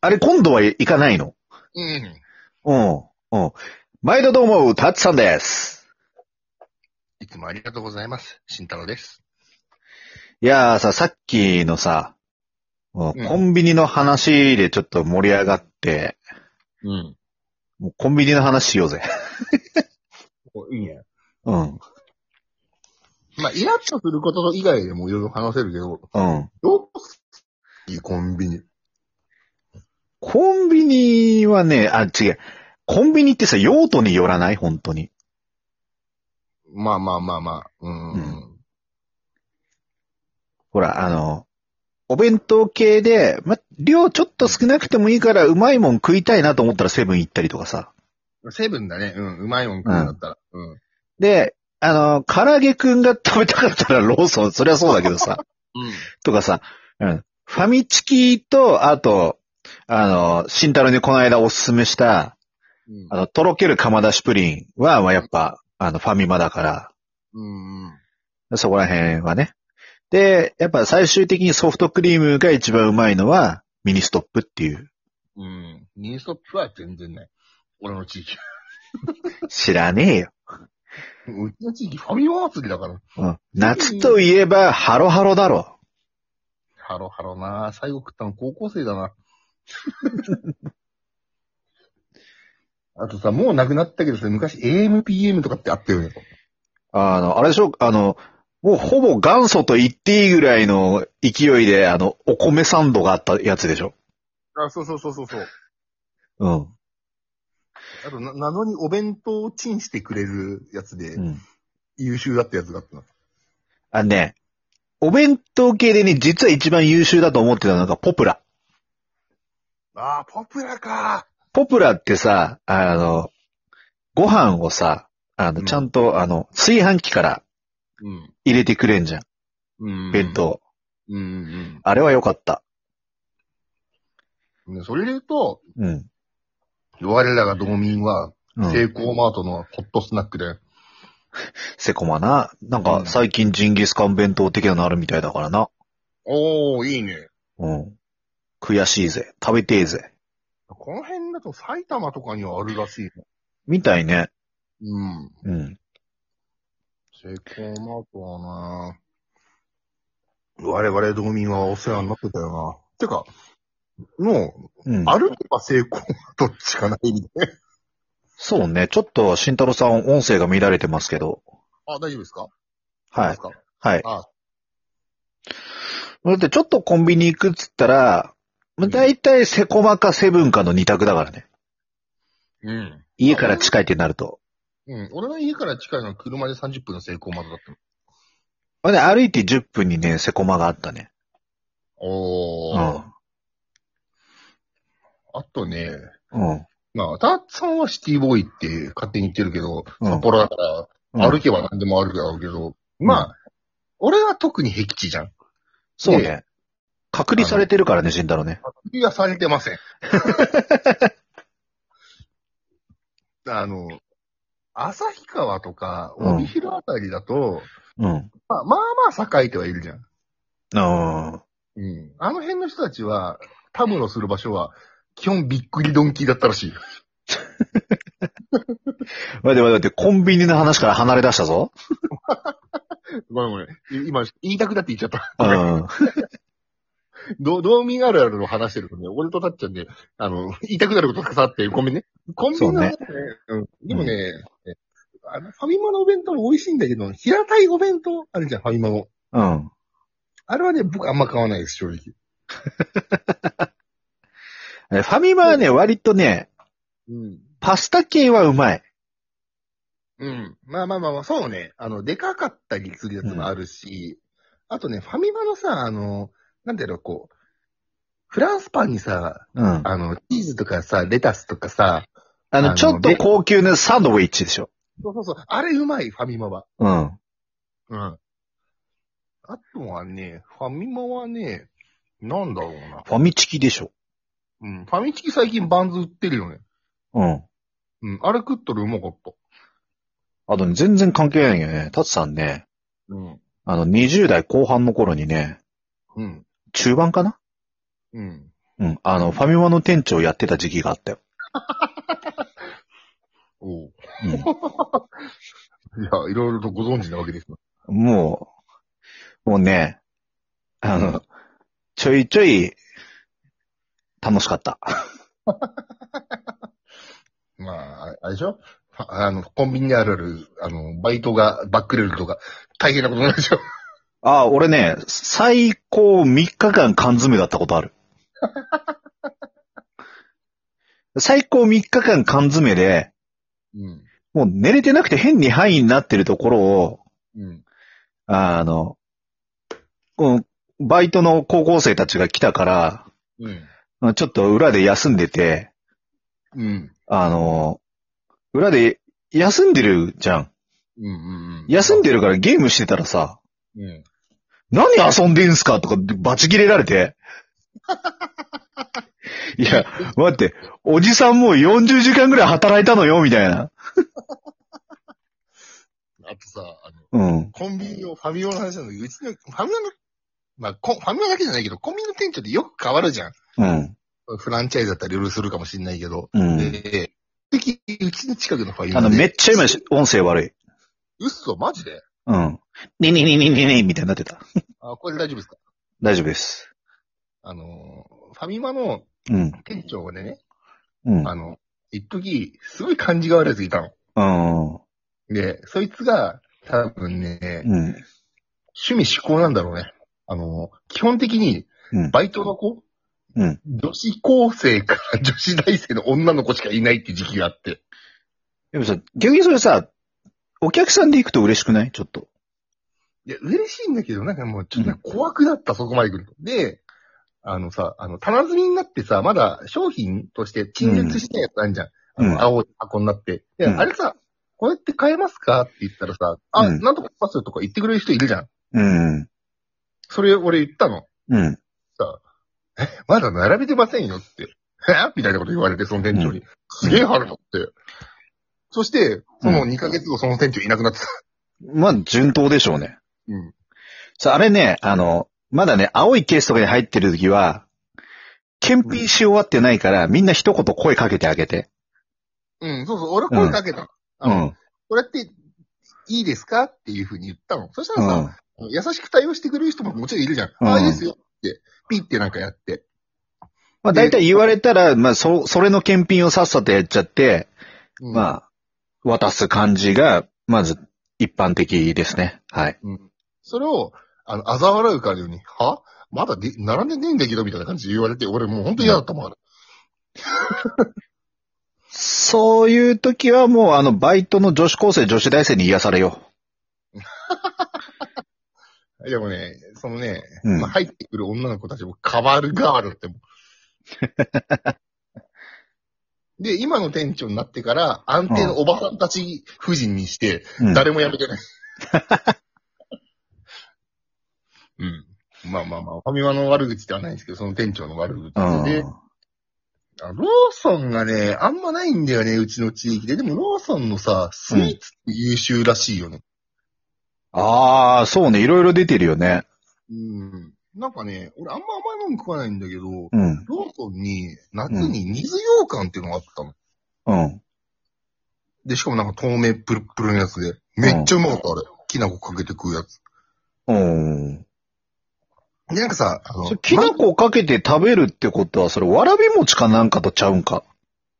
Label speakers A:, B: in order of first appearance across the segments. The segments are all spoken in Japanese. A: あれ、今度は行かないの
B: うん。
A: うん。うん。毎度どうも、タッツさんです。
B: いつもありがとうございます。慎太郎です。
A: いやーさ、さっきのさ、うん
B: うん
A: コンビニの話でちょっと盛り上がって、
B: うん。
A: もうコンビニの話しようぜ。
B: いいね。
A: うん。
B: まあ、イラッとすること以外でもいろいろ話せるけど、
A: うん。
B: どうすいいコンビニ。
A: コンビニはね、あ、違う。コンビニってさ、用途によらない本当に。
B: まあまあまあまあ。うん。
A: うんほら、あの、お弁当系で、ま、量ちょっと少なくてもいいから、うまいもん食いたいなと思ったらセブン行ったりとかさ。
B: セブンだね。うん。うまいもん食うんだったら。うん。
A: で、あの、唐揚げくんが食べたかったらローソン、そりゃそうだけどさ。
B: うん。
A: とかさ、うん。ファミチキと、あと、あの、慎太郎にこの間おすすめした、
B: うん
A: あの、とろける釜出しプリンは、まあ、やっぱ、あの、ファミマだか
B: うん。うん
A: ら、そこら辺はね。で、やっぱ最終的にソフトクリームが一番うまいのは、ミニストップっていう。
B: うん。ミニストップは全然ない。俺の地域。
A: 知らねえよ。
B: うちの地域ファミマ祭りだから。
A: うん。夏といえば、ハロハロだろ。
B: ハロハロな最後食ったの高校生だ な。あとさ、もうなくなったけどさ、昔 AMPM とかってあったよね。
A: あの、あれでしょ、あの、もうほぼ元祖と言っていいぐらいの勢いで、あの、お米サンドがあったやつでしょ。
B: あ、そうそうそうそうそう。
A: うん。
B: あとな、謎にお弁当をチンしてくれるやつで
A: う、ん。
B: 優秀だったやつがあったな。
A: あのね、お弁当系でね、実は一番優秀だと思ってたのがポプラ。
B: ああ、ポプラか
A: ポプラってさ、あの、ご飯をさ、あ
B: う
A: の、
B: ん
A: ちゃんと、あの、炊飯器から
B: うん。
A: 入れてくれんじゃん。
B: うん。
A: 弁。当。
B: うんうん
A: あれは良かった。
B: うん。それで言うと、
A: うん。
B: 我らが道民は、
A: う
B: セイ
A: ん、
B: コーマートのホットスナックで、
A: セコマな。なん
B: う
A: か、
B: ん
A: 最近ジンギスカン弁当的なのあるみたいだからな。
B: おー、いいね。
A: うん。悔しいぜ。食べてえぜ。
B: この辺だと埼玉とかにはあるらしい。
A: みたいね。
B: うん。
A: うん。
B: セイコーマートはな我々道民はお世話になってたよな。てか、も
A: うん
B: う、。歩けばセイコーマートっちかないみたいな。
A: そうね。ちょっと、慎太郎さん、音声が乱れてますけど。
B: あ、大丈夫ですか
A: はい。。はい。
B: あ
A: だってちょっとコンビニ行くっつったら、まあ、大体セコマかセブンかの二択だからね。
B: うん。
A: 家から近いってなると。
B: うん。俺の家から近いのは車で30分のセイコーマートだったの。
A: ほんで歩いて10分にね、セコマがあったね。
B: お
A: う
B: ー。
A: ん。
B: あとね、
A: うん。
B: まあ、タッツさんはシティボーイって勝手に言ってるけど、
A: うん
B: 札幌だから、
A: うん
B: 歩けば何でもあるだろうけど、まあ、俺は特に僻地じゃん。
A: そうね。隔離されてるからね、慎太郎ね。
B: いや、されて ません。あの、旭川とか、
A: うん
B: 帯広あたりだと、
A: うん。
B: まあまあまあ栄えてはいるじゃん。
A: あ
B: うん。あの辺の人たちは、たむろする場所は、基本びっくりドンキーだったらしい。
A: あ。待って待って、コンビニの話から離れ出したぞ。
B: ごめんごめん。い今、言いたくなって言っちゃった。
A: うん。
B: ど道民あるあるの話してるとね、俺とたっちゃんで、あの、言いたくなることたくさんあって、ごめんね。コンビニの話ね、うん。でもね、えあのファミマのお弁当も美味しいんだけど、平たいお弁当あるじゃん、ファミマも。
A: うん。
B: あれはね、僕あんま買わないです、正直。
A: えファミマはね、割とね、
B: うん。
A: パスタ系はうまい。
B: うん。まあまあまあまあ、そうね。あの、でかかったりするやつもあるし、あとね、ファミマのさ、あの、なんだろう、こう、フランスパンにさ、
A: うん。
B: あの、チーズとかさ、レタスとかさ、
A: あ
B: あ
A: の、
B: の
A: ちょっと高級なサンドウィッチでしょ。
B: そうそうそう、あれうまい、ファミマは。
A: うん。
B: うん。あとはね、ファミマはね、なんだろうな。
A: ファミチキでしょ。
B: うん。ファミチキ最近バンズ売ってるよね。
A: うん。
B: うん。あれ食ったらうまかった。
A: あとね、全然関係ないんよね。タツさんね、
B: うん。
A: あの、20代後半の頃にね、
B: うん。
A: 中盤かな
B: うん。
A: うん。あの、ファミマの店長やってた時期があったよ。
B: おう
A: うん。
B: いや、いろいろとご存知なわけですな。
A: もう、もうね、あの、ちょいちょい、楽しかった。
B: まあ、あれでしょああの、コンビニにあるある、あの、バイトがバックレるとか、大変なことになるでしょ。
A: あ、俺ね、最高3日間缶詰だったことある。 最高3日間缶詰で、
B: うん。
A: もう寝れてなくて変に範囲になってるところを、
B: うん。
A: あの、このバイトの高校生たちが来たから、
B: うん。
A: ちょっと裏で休んでて、
B: うん。
A: あの、裏で休んでるじゃん。
B: うん。うん。
A: 休ん
B: で
A: でるからゲームしてたらさ、
B: うん。
A: 何遊んでんすかとかバチ切れられて。いや、待って、おじさんもう40時間ぐらい働いたのよ、みたいな。
B: あとさ、あの、
A: うん。
B: コンビニのファミマの話なんだけど、うちの、ファミマの、まあ、コファミマだけじゃないけど、コンビニの店長ってよく変わるじゃん。
A: うん。
B: フランチャイズだったりいろいろするかもしれないけど。
A: うん。
B: で、的うちの近くのファミマ
A: あ
B: で。
A: の、めっちゃ今、音声悪い。
B: 嘘、マジで
A: うん。ねねねねねねみたいになってた。
B: あ、これ大丈夫ですか
A: 大丈夫です。
B: あの、ファミマの
A: うん。
B: 店長がね、
A: うん。
B: あの、一時、すごい感じが悪いやついたの。
A: うん。
B: で、そいつが、多分ね、
A: うん。
B: 趣味嗜好なんだろうね。あの、基本的に
A: うん、
B: バイトの子、
A: うん
B: 女子高生から女子大生の女の子しかいないって時期があって。
A: でもさ、逆にそれさ、お客さんで行くと嬉しくないちょっと。
B: いや、嬉しいんだけど、なんかもうちょっとね
A: う
B: 怖くなった、そこまで来ると。で、あのさ、あの、棚積みになってさ、まだ商品として陳列してないやつあるじゃん。
A: う
B: あ
A: ん
B: の、青い箱になって。で、
A: うん
B: あれさ、こうやって買えますかって言ったらさ、あ、
A: うん
B: なんとかパスとか言ってくれる人いるじゃん。
A: うん。
B: それ俺言ったの。
A: うん。
B: まだ並べてませんよって。 えみたいなこと言われて、その店長に。すげえ腹立って。そして、その2ヶ月後、その店長いなくなってた。
A: まあ、順当でしょうね。
B: うん。
A: さあ、あれね、あの、まだね、青いケースとかに入ってる時は、検品し終わってないから、みんな一言声かけてあげて。
B: うん、そうそう、俺声かけたの。あ
A: う
B: の、
A: ん。
B: これって、いいですかっていうふうに言ったの。そした
A: う
B: らさ、
A: ん。
B: 優しく対応してくれる人ももちろんいるじゃん。
A: うん
B: ああ、いいですよって、ピッてなんかやって。
A: まあ、大体言われたら、まあ、そ、それの検品をさっさとやっちゃって、
B: うん、あ。
A: まあ、渡す感じが、まず、一般的ですね。はい。
B: うん。それを、あの、嘲笑うかのように、はまだで、並んでねえんだけど、みたいな感じで言われて、俺もう本当嫌だったもん、あれ。
A: そういう時はもう、あの、バイトの女子高生、女子大生に癒されよ
B: でもね、そのね、
A: うん
B: まあ、入ってくる女の子たちも変わる変わるっ てもう。で、今の店長になってから、安定のおばさんたち夫人にして、
A: う。うん、
B: 誰も辞めてない。うん。まあまあまあ、ファミマの悪口ではないんですけど、その店長の悪口
A: うん。
B: で、あローソンがね、あんまないんだよね、うちの地域で。でもローソンのさ、スイーツって優秀らしいよね。
A: ああ、そうね。いろいろ出てるよね。
B: うん。なんかね、俺あんま甘いもん食わないんだけど、
A: うん。
B: ローソンに、夏に水羊羹っていうのがあったの。
A: うん。
B: で、しかもなんか透明プルプルのやつで。めっちゃうまかった、あれ。きな粉かけて食うやつ。
A: うん。
B: で、なんかさ、あの
A: それ、きな
B: ま
A: 粉かけて食べるってことは、それ、わらび餅かなんかとちゃうんか。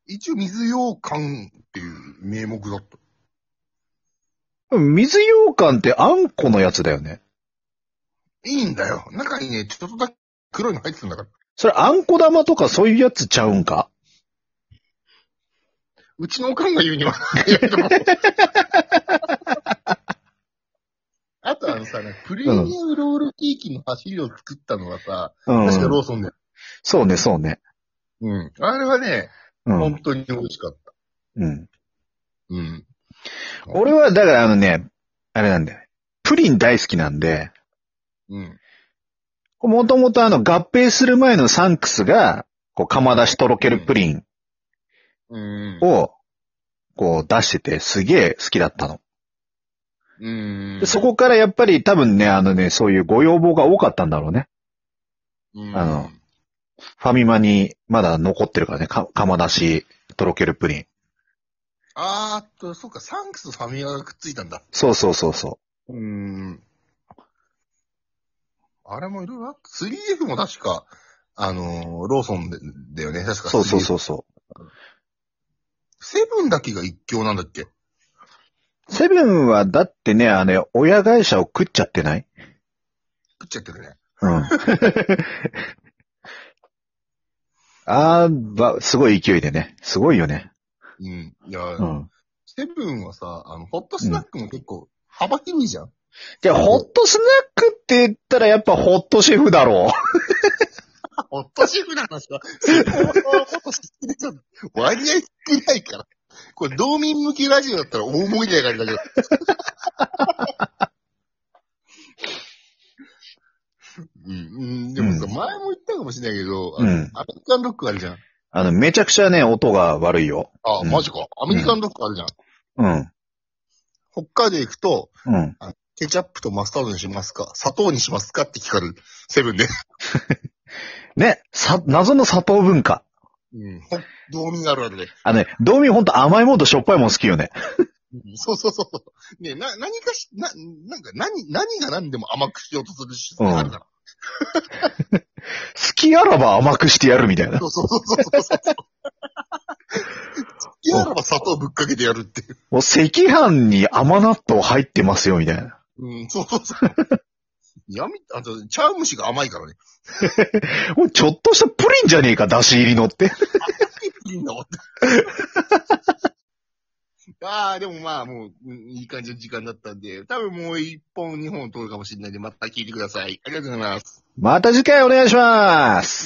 B: 一応水羊羹っていう名目だった。
A: 水羊羹ってあんこのやつだよね。
B: いいんだよ。中にね、ちょっとだけ黒いの入ってるんだから。
A: それ、あんこ玉とかそういうやつちゃうんか。
B: うちのおかんが言う には、いやでもあとあのさ、なんかプレミアムロールケーキの走りを作ったのはさ、
A: うん。
B: 確かローソンだよ。
A: そうね、そうね。
B: うん。あれはね、
A: う
B: 本
A: ん。
B: 当に美味しかった。
A: うん。
B: うん。
A: 俺は、だからあのね、あれなんだよ。プリン大好きなんで、
B: うん。
A: もともとあの、合併する前のサンクスが、こう、釜出しとろけるプリン
B: うん。
A: を、こう、出してて、すげえ好きだったの。
B: うん
A: でそ、こからやっぱり多分ね、あのね、そういうご要望が多かったんだろうね。
B: うん
A: あの、ファミマにまだ残ってるからね、か、釜出し、とろけるプリン。
B: あーっと、そっか、サンクスとファミマがくっついたんだ。
A: そうそうそうそう
B: ーん。あれもいろいろあった。3F も確か、あのーローソンでだよね。確
A: う。
B: か。
A: そうそう
B: う。
A: そうそ
B: セブンだけが一強なんだっけ
A: う。セブンはだってね、あれ、親会社を食っちゃってない
B: 食っちゃってるね。
A: うん。 あーば、すごい勢いでね。すごいよね。
B: うん。いや、
A: うん。
B: セブンはさ、あの、ホットスナックも結構幅広いじゃん。
A: いや、ホットスナックって言ったらやっぱホットシェフだろう。
B: ホットシェフの話は、そこはホットシェフでちょっと割合少ないから。これ、道民向きラジオだったら大盛り上がりだけど。うん、うん、でもさ、
A: う
B: 前も言ったかもしれないけど、あ
A: う
B: の
A: ん。
B: アメリカンドッグあるじゃん。
A: あの、めちゃくちゃね、音が悪いよ。
B: あ、
A: うん
B: マジか。アメリカンドッグあるじゃん。
A: うん。
B: 北海道行くと、
A: うん。
B: ケチャップとマスタードにしますか砂糖にしますかって聞かれる。セブンで。
A: ね、さ、謎の砂糖文化。
B: うん。ほ道民あるあるで。
A: あのね、道民ほんと甘いもんとしょっぱいもん好きよね。
B: うんそうそうそう。ねえな、何かし、な、なんか、何、何が何でも甘くしようとするし、
A: うん
B: あるか
A: 好きあらば甘くしてやるみたいな
B: ら。。そうそうそうそうそう。いやならば砂糖ぶっかけてやるっていう。
A: もう赤飯に甘納豆入ってますよみたいな。
B: うん、そうそうそう。闇、あと、茶碗蒸しが甘いからね。
A: もうちょっとしたプリンじゃねえか、出汁入りのって。
B: いいんだもん。 ああ、でもまあ、もう、うんいい感じの時間だったんで、多分もう一 本、二本取るかもしれないんで、また聞いてください。ありがとうございます。
A: また次回お願いします。